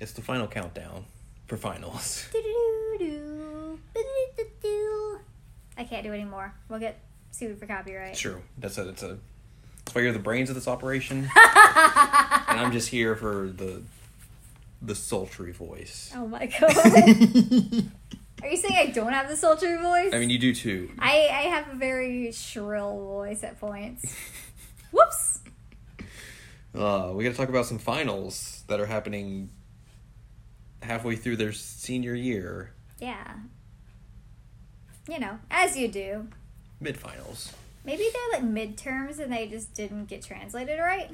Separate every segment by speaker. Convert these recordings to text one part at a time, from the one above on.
Speaker 1: It's the final countdown for finals.
Speaker 2: I can't do it anymore. We'll get sued for copyright.
Speaker 1: True. That's a. That's a. That's why you're the brains of this operation, and I'm just here for the, the sultry voice.
Speaker 2: Oh my god.
Speaker 1: I
Speaker 2: Are you saying I don't have the sultry voice?
Speaker 1: mean, you do too.
Speaker 2: I, I have a very shrill voice at points. Whoops.
Speaker 1: Uh, we got to talk about some finals that are happening halfway through their senior year,
Speaker 2: Yeah. You know, as you do.
Speaker 1: mid-finals.
Speaker 2: Maybe they're like midterms and they just didn't get translated right.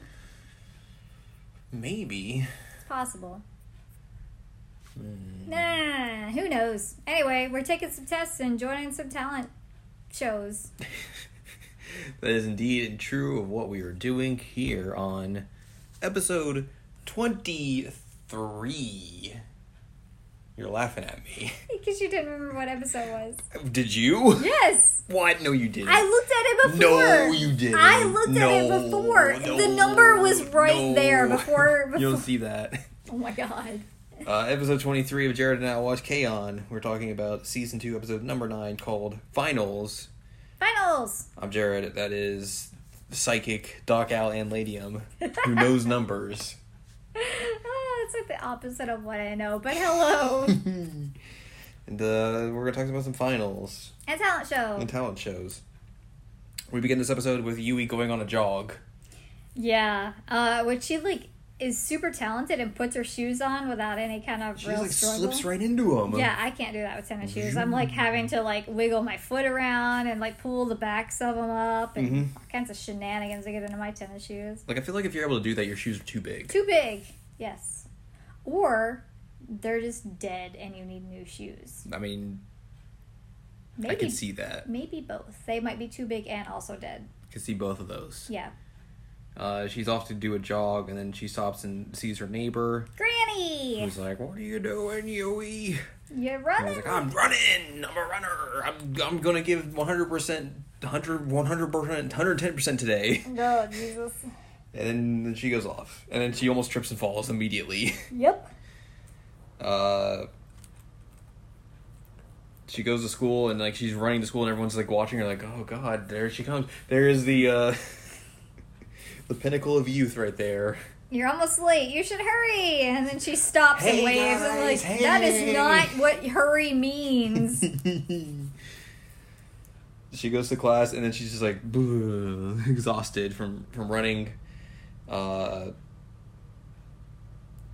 Speaker 1: Maybe.
Speaker 2: It's possible. Nah, who knows? Anyway, we're taking some tests and joining some talent shows.
Speaker 1: That is indeed true of what we are doing here on episode 23. You're laughing at me.
Speaker 2: Because you didn't remember what episode was.
Speaker 1: Did you?
Speaker 2: Yes,
Speaker 1: What? No, you didn't.
Speaker 2: I looked at it before.
Speaker 1: No, you didn't.
Speaker 2: I looked at
Speaker 1: No,
Speaker 2: it before. the
Speaker 1: no,
Speaker 2: number was right
Speaker 1: no.
Speaker 2: there before. before.
Speaker 1: you don't see that.
Speaker 2: Oh my god.
Speaker 1: Uh, episode 23 of Jared and I Watch K-On! We're talking about season 2, episode number 9, called Finals.
Speaker 2: Finals.
Speaker 1: I'm Jared. That is Psychic, Doc Al, and Ladium, who knows numbers.
Speaker 2: Oh, it's like the opposite of what I know, but hello.
Speaker 1: and uh, we're going to talk about some finals
Speaker 2: and talent show.
Speaker 1: and talent shows. We begin this episode with Yui going on a jog.
Speaker 2: Yeah. Uh, which she like is super talented and puts her shoes on without any kind of
Speaker 1: She
Speaker 2: real
Speaker 1: like
Speaker 2: struggle.
Speaker 1: slips right into him.
Speaker 2: Yeah, I can't do that with tennis shoes. I'm like having to like wiggle my foot around and like pull the backs of them up and
Speaker 1: Mhm.
Speaker 2: all kinds of shenanigans to get into my tennis shoes.
Speaker 1: Like I feel like if you're able to do that, your shoes are too big.
Speaker 2: Too big, yes. Or they're just dead and you need new shoes.
Speaker 1: I mean,
Speaker 2: Maybe
Speaker 1: I can see that.
Speaker 2: maybe both. They might be too big and also dead.
Speaker 1: Can see both of those.
Speaker 2: Yeah.
Speaker 1: Uh, she's off to do a jog, and then she stops and sees her neighbor,
Speaker 2: Granny,
Speaker 1: who's like, "What are you doing, Yui?"
Speaker 2: you're
Speaker 1: I was
Speaker 2: running.
Speaker 1: like, "Ah, I'm running. I'm a runner. I'm, I'm going to give 100%, 100, 100%, 110% today.
Speaker 2: Oh Jesus.
Speaker 1: And then, then she goes off. And then she almost trips and falls immediately.
Speaker 2: Yep.
Speaker 1: Uh, she goes to school and like she's running to school and everyone's like watching her like, oh God, there she comes. There is the, uh, the pinnacle of youth right there.
Speaker 2: You're almost late. You should hurry. And then she stops
Speaker 1: Hey,
Speaker 2: and waves. and I'm like,
Speaker 1: guys,
Speaker 2: that
Speaker 1: hey.
Speaker 2: is not what hurry means.
Speaker 1: she goes to class and then she's just like "Bleh," exhausted from from running. Uh,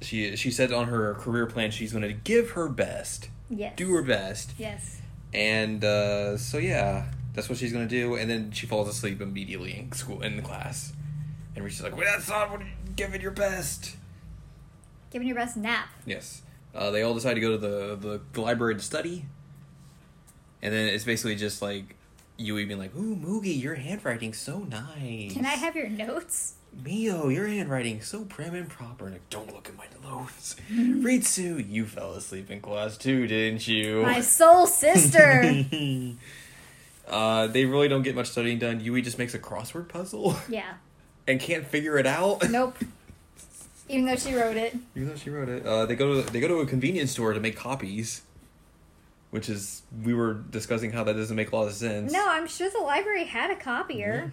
Speaker 1: she she said on her career plan she's going to give her best,
Speaker 2: yes.
Speaker 1: do her best,
Speaker 2: Yes.
Speaker 1: and uh, so yeah, that's what she's going to do. And then she falls asleep immediately in school in the class, and Reese's like, "Well, that's not what give it your best."
Speaker 2: Giving your best nap.
Speaker 1: Yes. Uh, they all decide to go to the, the, the library to study. And then it's basically just like Yui being like, Ooh, Moogie, your handwriting's so nice.
Speaker 2: Can I have your notes?
Speaker 1: Mio, your handwriting's so prim and proper. And like, don't look at my notes. Ritsu, you fell asleep in class too, didn't you?
Speaker 2: My soul sister.
Speaker 1: uh, they really don't get much studying done. Yui just makes a crossword puzzle
Speaker 2: yeah.
Speaker 1: and can't figure it out.
Speaker 2: Nope. Even though she wrote it.
Speaker 1: Even though she wrote it, uh, they go to they go to a convenience store to make copies, which is we were discussing how that doesn't make a lot of sense.
Speaker 2: No, I'm sure the library had a copier.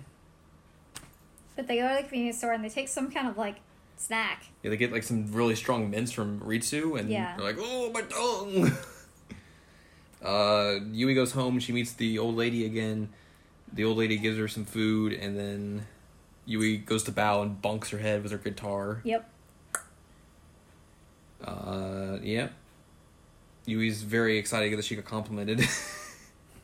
Speaker 2: But they go to the convenience store and they take some kind of like snack.
Speaker 1: Yeah, they get like some really strong mints from Ritsu, and
Speaker 2: Yeah.
Speaker 1: they're like, "Oh, my tongue." uh, Yui goes home. She meets the old lady again. The old lady gives her some food, and then Yui goes to bow and bonks her head with her guitar.
Speaker 2: Yep.
Speaker 1: Uh, yeah. Yui's very excited that she got complimented.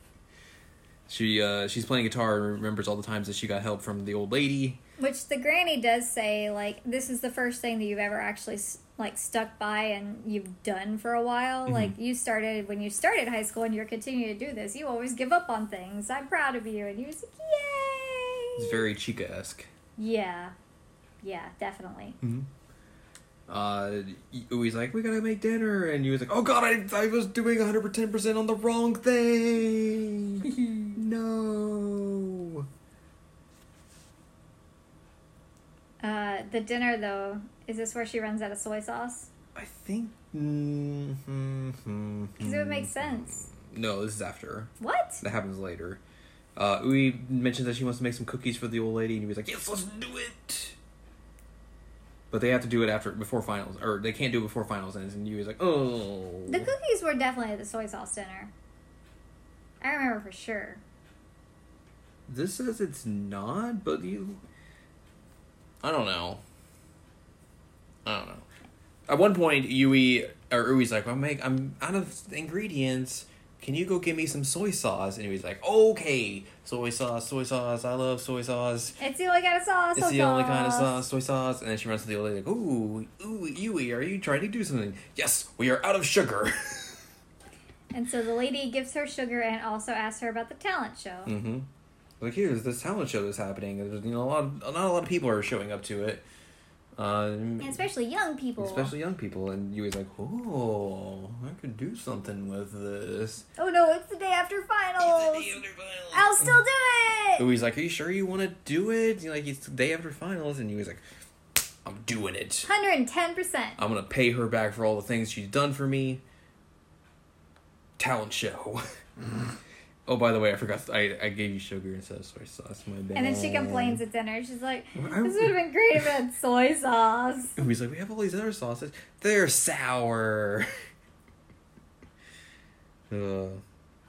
Speaker 1: she uh, she's playing guitar and remembers all the times that she got help from the old lady.
Speaker 2: Which the granny does say, like, this is the first thing that you've ever actually s- like stuck by and you've done for a while.
Speaker 1: Mm-hmm.
Speaker 2: Like, you started when you started high school and you're continuing to do this. You always give up on things. I'm proud of you. And you're just like, yay!
Speaker 1: It's very Chica esque.
Speaker 2: yeah, yeah, definitely.
Speaker 1: Uh, Yui's like, we gotta make dinner, and Yui's like, oh god, I, I was doing 110% on the wrong thing! no!
Speaker 2: Uh, the dinner though, is this where she runs out of soy sauce?
Speaker 1: I think. Because
Speaker 2: 'Cause it
Speaker 1: Mm.
Speaker 2: would make sense.
Speaker 1: No, this is after.
Speaker 2: What?
Speaker 1: That happens later. Uh, Ui mentions that she wants to make some cookies for the old lady, and Yui's like, "Yes, let's do it." But they have to do it after before finals, or they can't do it before finals ends. And Yui's like, "Oh."
Speaker 2: The cookies were definitely at the soy sauce dinner. I remember for sure.
Speaker 1: This says it's not, but you. I don't know. I don't know. At one point, Yui or Ui's like, "I'm make I'm out of ingredients. Can you go get me some soy sauce?" And Ui's like, "Okay, soy sauce, soy sauce. I love soy sauce.
Speaker 2: It's the only kind of sauce.
Speaker 1: It's
Speaker 2: soy
Speaker 1: the only kind of sauce, soy sauce." And then she runs to the old lady like, "Ooh, ooh, Yui, are you trying to do something?" Yes, we are out of sugar.
Speaker 2: And so the lady gives her sugar and also asks her about the talent show.
Speaker 1: Mm-hmm. Like here's this talent show that's happening. There's you know a lot, of, not a lot of people are showing up to it, um,
Speaker 2: And especially young people.
Speaker 1: especially young people. And you was like, oh, I could do something with this.
Speaker 2: Oh no, it's the day after finals. Oh, I'll still do it.
Speaker 1: Louis like, are you sure you want to do it? You're like it's the day after finals, and you was like, I'm doing it.
Speaker 2: 110%.
Speaker 1: I'm gonna pay her back for all the things she's done for me. Talent show. oh, by the way, I forgot. I I gave you sugar instead of soy sauce. My bad.
Speaker 2: And then she complains at dinner. She's like,
Speaker 1: Why
Speaker 2: "This
Speaker 1: would-
Speaker 2: would have been great if it had soy sauce."
Speaker 1: And he's like, we have all these other sauces. They're sour. uh,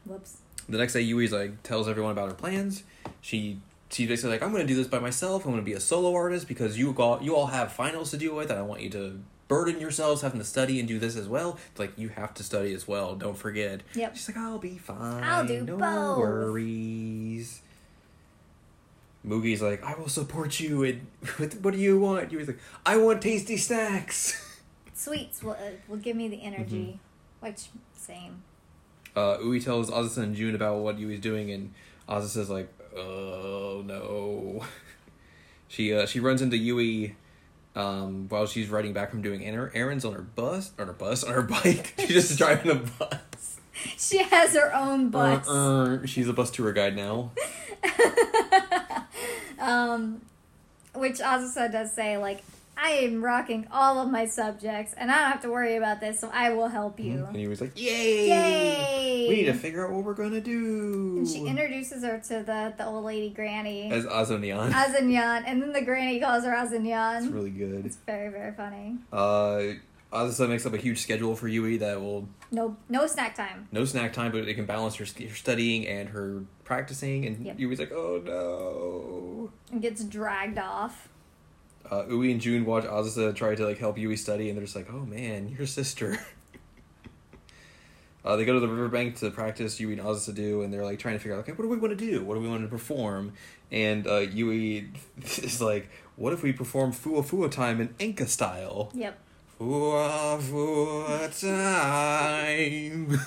Speaker 2: Whoops.
Speaker 1: the next day, Yui's like tells everyone about her plans. She she's basically like, I'm gonna do this by myself. I'm gonna be a solo artist because you all you all have finals to deal with, and I want you to burden yourselves having to study and do this as well. It's like you have to study as well. Don't forget.
Speaker 2: Yep.
Speaker 1: She's like, I'll be fine.
Speaker 2: I'll do
Speaker 1: no
Speaker 2: both."
Speaker 1: worries. Moogie's like, I will support you. And what do you want? Yui's like, I want tasty snacks.
Speaker 2: Sweets will uh, will give me
Speaker 1: Mm-hmm.
Speaker 2: the energy, which same.
Speaker 1: uh, Uwe tells Azusa and June about what Yui's doing, and Azusa's like, "Oh no." she uh, she runs into Yui um, while she's riding back from doing er- errands on her bus, on her bus, on her bike. she's just driving the bus.
Speaker 2: She has her own bus.
Speaker 1: Uh, uh, she's a bus tour guide now.
Speaker 2: um, which Azusa does say like, "I am rocking all of my subjects, and I don't have to worry about this, so I will help you."
Speaker 1: And Yui's like, "Yay!
Speaker 2: Yay!
Speaker 1: We need to figure out what we're gonna do."
Speaker 2: And she introduces her to the the old lady granny
Speaker 1: as Azunian.
Speaker 2: Azanyan, and then the granny calls her Azanyan.
Speaker 1: It's really good.
Speaker 2: it's very very funny.
Speaker 1: Uh, Azusa makes up a huge schedule for Yui that will
Speaker 2: No no snack time.
Speaker 1: no snack time, but it can balance her, her studying and her practicing. And
Speaker 2: Yep.
Speaker 1: Yui's like, oh no.
Speaker 2: and gets dragged off.
Speaker 1: Uh, Ui and June watch Azusa try to like help Yui study, and they're just like, oh man, your sister. uh, they go to the riverbank to practice Yui and Azusa do, and they're like trying to figure out, okay, what do we want to do? What do we want to perform? And uh, Yui is like, what if we perform Fua Fua time in Inca style?
Speaker 2: Yep.
Speaker 1: Fua Fua time.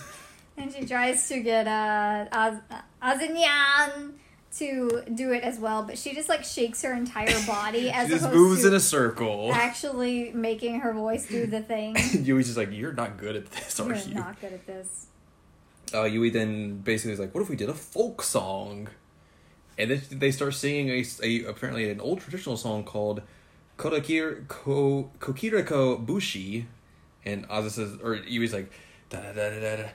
Speaker 2: And she tries to get uh, Az- Azanyan to do it as well, but she just like shakes her entire body as
Speaker 1: she just
Speaker 2: opposed
Speaker 1: moves
Speaker 2: to
Speaker 1: in a circle.
Speaker 2: actually making her voice do the thing.
Speaker 1: Yui's just like, you're not good at this, are
Speaker 2: We're
Speaker 1: you?
Speaker 2: not good at this.
Speaker 1: Uh, Yui then basically is like, what if we did a folk song? And then they start singing a, a apparently an old traditional song called Kodakir, Ko, Kokiriko Bushi. And Aza says, or Yui's like, da da da da da da.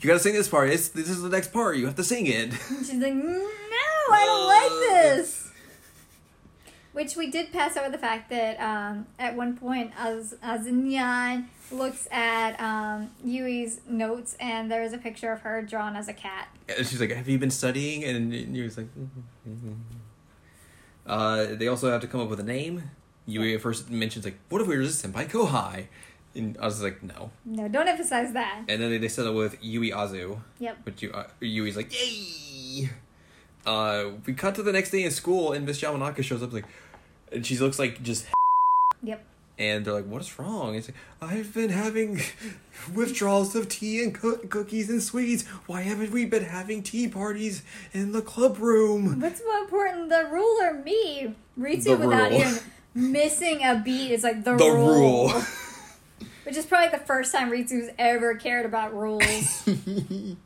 Speaker 1: You gotta sing this part. It's, this is the next part. You have to sing it. Uh,
Speaker 2: And she's like, no, I don't like this. Which we did pass over the fact that um, at one point Az- Azanyan looks at um, Yui's notes and there is a picture of her drawn as a cat.
Speaker 1: And she's like, "Have you been studying?" And Yui's like, "Mhm." uh, "They also have to come up with a name." Yui at first mentions like, "What if we were just senpai Kohai?" And I was like, "No."
Speaker 2: No, don't emphasize that.
Speaker 1: And then they, they settle with Yui Azu,
Speaker 2: Yep.
Speaker 1: which you, uh, Yui's like, "Yay!" Uh, we cut to the next day in school, and Miss Yamanaka shows up like, and she looks like just.
Speaker 2: Yep.
Speaker 1: And they're like, "What is wrong?" It's like, "I've been having withdrawals of tea and coo- cookies and sweets. Why haven't we been having tea parties in the club room?"
Speaker 2: What's more important, the rule or me? Ritsu
Speaker 1: The
Speaker 2: without
Speaker 1: rule.
Speaker 2: even missing a beat is like the,
Speaker 1: The rule.
Speaker 2: rule. Which is probably the first time Ritsu's ever cared about rules.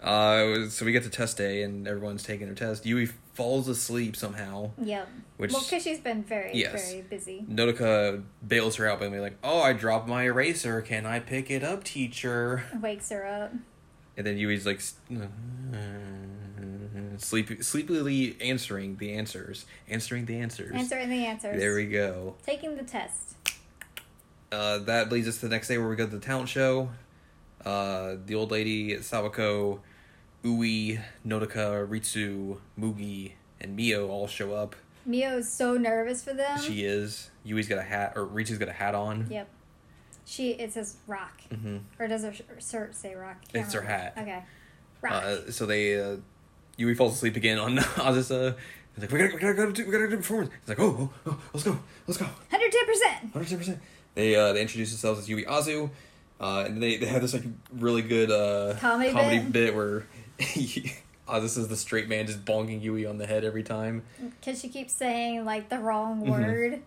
Speaker 1: Uh, so we get to test day, and everyone's taking their test. Yui falls asleep somehow,
Speaker 2: Yep.
Speaker 1: which
Speaker 2: well, because she's been very,
Speaker 1: Yes.
Speaker 2: very busy.
Speaker 1: Nodoka bails her out by being like, "Oh, I dropped my eraser. Can I pick it up, teacher?"
Speaker 2: Wakes her up.
Speaker 1: And then Yui's like s- sleepy, sleepily answering the answers, answering the answers.
Speaker 2: Answering the answers.
Speaker 1: There we go.
Speaker 2: Taking the test.
Speaker 1: Uh, that leads us to the next day where we go to the talent show. Uh, the old lady, Sawako, Ui, Nodoka, Ritsu, Mugi, and Mio all show up.
Speaker 2: Mio is so nervous for them.
Speaker 1: She is. Yui's got a hat, or Ritsu's got a hat on.
Speaker 2: Yep. She it says rock,
Speaker 1: Mhm.
Speaker 2: or does her sh- shirt say rock? Can't
Speaker 1: It's her
Speaker 2: remember.
Speaker 1: hat.
Speaker 2: Okay. Rock.
Speaker 1: Uh, so they, uh, Yui falls asleep again on Azusa. He's like, we gotta, we gotta, go do, we gotta do performance. He's like, oh, oh, oh, let's go, let's go,
Speaker 2: Hundred ten percent.
Speaker 1: hundred percent. They uh, they introduce themselves as Yui Azu, uh, and they they have this like really good uh,
Speaker 2: Comedy
Speaker 1: bit.
Speaker 2: bit.
Speaker 1: where Azusa is the straight man just bonking Yui on the head every time.
Speaker 2: Cause she keeps saying like the wrong
Speaker 1: Mm-hmm.
Speaker 2: word.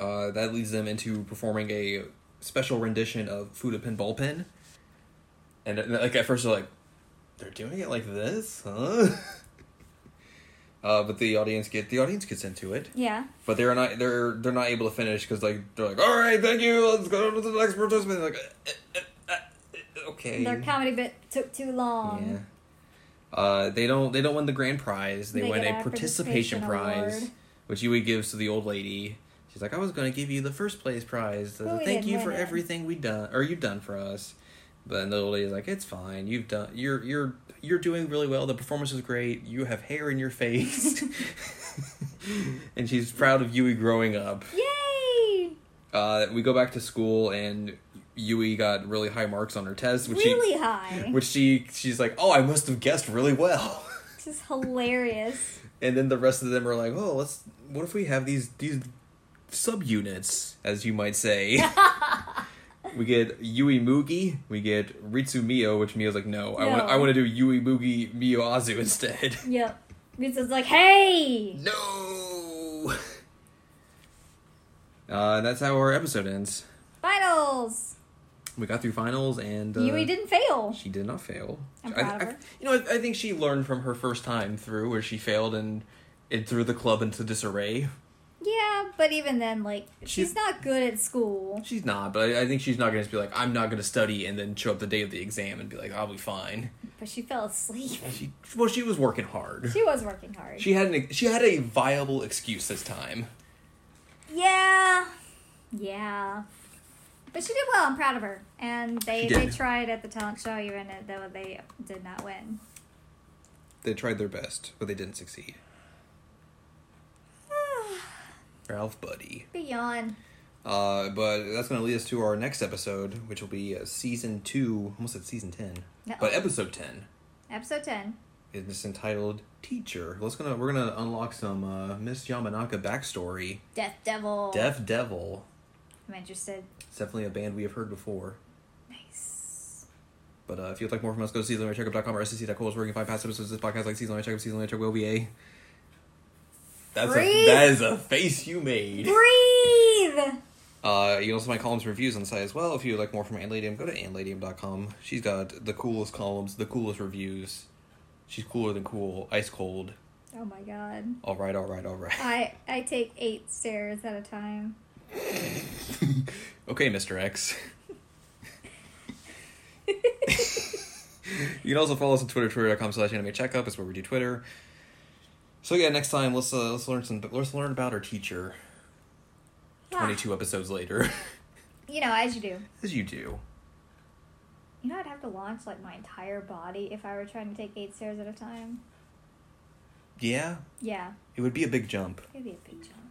Speaker 1: Uh, that leads them into performing a special rendition of Fuda Pinball Pin. And uh, like at first they're like, they're doing it like this, huh? uh, but the audience get the audience gets into it,
Speaker 2: Yeah.
Speaker 1: but they're not they're they're not able to finish because like they're like, all right, thank you, let's go to the next participant. Like, "Eh, eh, eh, eh, okay,
Speaker 2: Their comedy bit took too long.
Speaker 1: yeah. Uh, they don't they don't win the grand prize. They,
Speaker 2: They
Speaker 1: win
Speaker 2: get
Speaker 1: a
Speaker 2: a
Speaker 1: participation,
Speaker 2: participation
Speaker 1: prize,
Speaker 2: award.
Speaker 1: which Yui gives to the old lady. She's like, I was gonna give you the first place prize. as a
Speaker 2: But we
Speaker 1: Thank
Speaker 2: didn't
Speaker 1: you
Speaker 2: win
Speaker 1: for
Speaker 2: it."
Speaker 1: everything we done or you've done for us. But then the old lady's like, It's fine. You've done. You're you're you're doing really well. The performance was great. You have hair in your face. and she's proud of Yui growing up.
Speaker 2: Yay!
Speaker 1: Uh, we go back to school and Yui got really high marks on her test, which she-
Speaker 2: really high.
Speaker 1: which she she's like, oh, I must have guessed really well.
Speaker 2: Which is hilarious.
Speaker 1: And then the rest of them are like, oh, let's. What if we have these these subunits, as you might say? we get Yui Mugi, we get Ritsu Mio, which Mio's like, no, I want
Speaker 2: No.
Speaker 1: I want to do Yui Mugi Mio Azu instead.
Speaker 2: yep. Mitsu's like, hey.
Speaker 1: no. Uh, that's how our episode ends.
Speaker 2: Finals.
Speaker 1: We got through finals, and uh,
Speaker 2: Yui didn't fail.
Speaker 1: She did not fail.
Speaker 2: I'm
Speaker 1: I-
Speaker 2: proud of
Speaker 1: I-
Speaker 2: her.
Speaker 1: you know, I, I think she learned from her first time through, where she failed and it threw the club into disarray.
Speaker 2: Yeah, but even then, like,
Speaker 1: She-
Speaker 2: she's not good at school.
Speaker 1: She's not, but I, I think she's not going to be like, I'm not going to study, and then show up the day of the exam and be like, I'll be fine.
Speaker 2: But she fell asleep.
Speaker 1: She well, she was working hard.
Speaker 2: She was working hard.
Speaker 1: She had an she had a viable excuse this time.
Speaker 2: yeah. Yeah. But she did well. I'm proud of her. And they,
Speaker 1: She did.
Speaker 2: they tried at the talent show, even though they did not win.
Speaker 1: They tried their best, but they didn't succeed. Ralph, buddy.
Speaker 2: Beyond.
Speaker 1: Uh, but that's going to lead us to our next episode, which will be uh, season two. Almost at season 10
Speaker 2: Uh-oh.
Speaker 1: but episode ten.
Speaker 2: Episode 10.
Speaker 1: It's entitled "Teacher." Let's gonna we're gonna unlock some uh, Miss Yamanaka backstory.
Speaker 2: Death Devil.
Speaker 1: Deaf Devil.
Speaker 2: I'm interested.
Speaker 1: It's definitely a band we have heard before.
Speaker 2: Nice.
Speaker 1: But uh, if you'd like more from us, go to seasonlycheckup.com or scc.cool is where you can find past episodes of this podcast like Seasonally Checkup, Seasonally Checkup OVA. That's a,
Speaker 2: Breathe.
Speaker 1: that is a face you made.
Speaker 2: Breathe!
Speaker 1: Uh, you can also find columns and reviews on the site as well. If you'd like more from Ann Ladium, go to annladium.com. She's got the coolest columns, the coolest reviews. She's cooler than cool, ice cold.
Speaker 2: Oh my god.
Speaker 1: All right, all right, all right.
Speaker 2: I, I take eight stairs at a time.
Speaker 1: Okay, Mr. X. you can also follow us on Twitter, twitter.com slash anime checkup. It's where we do Twitter. So yeah, next time let's uh, let's learn some let's learn about our teacher.
Speaker 2: Ah,
Speaker 1: Twenty two episodes later,
Speaker 2: You know, as you do.
Speaker 1: as you do.
Speaker 2: You know, I'd have to launch like my entire body if I were trying to take eight stairs at a time.
Speaker 1: Yeah,
Speaker 2: Yeah,
Speaker 1: it would be a big jump.
Speaker 2: it'd be a big jump.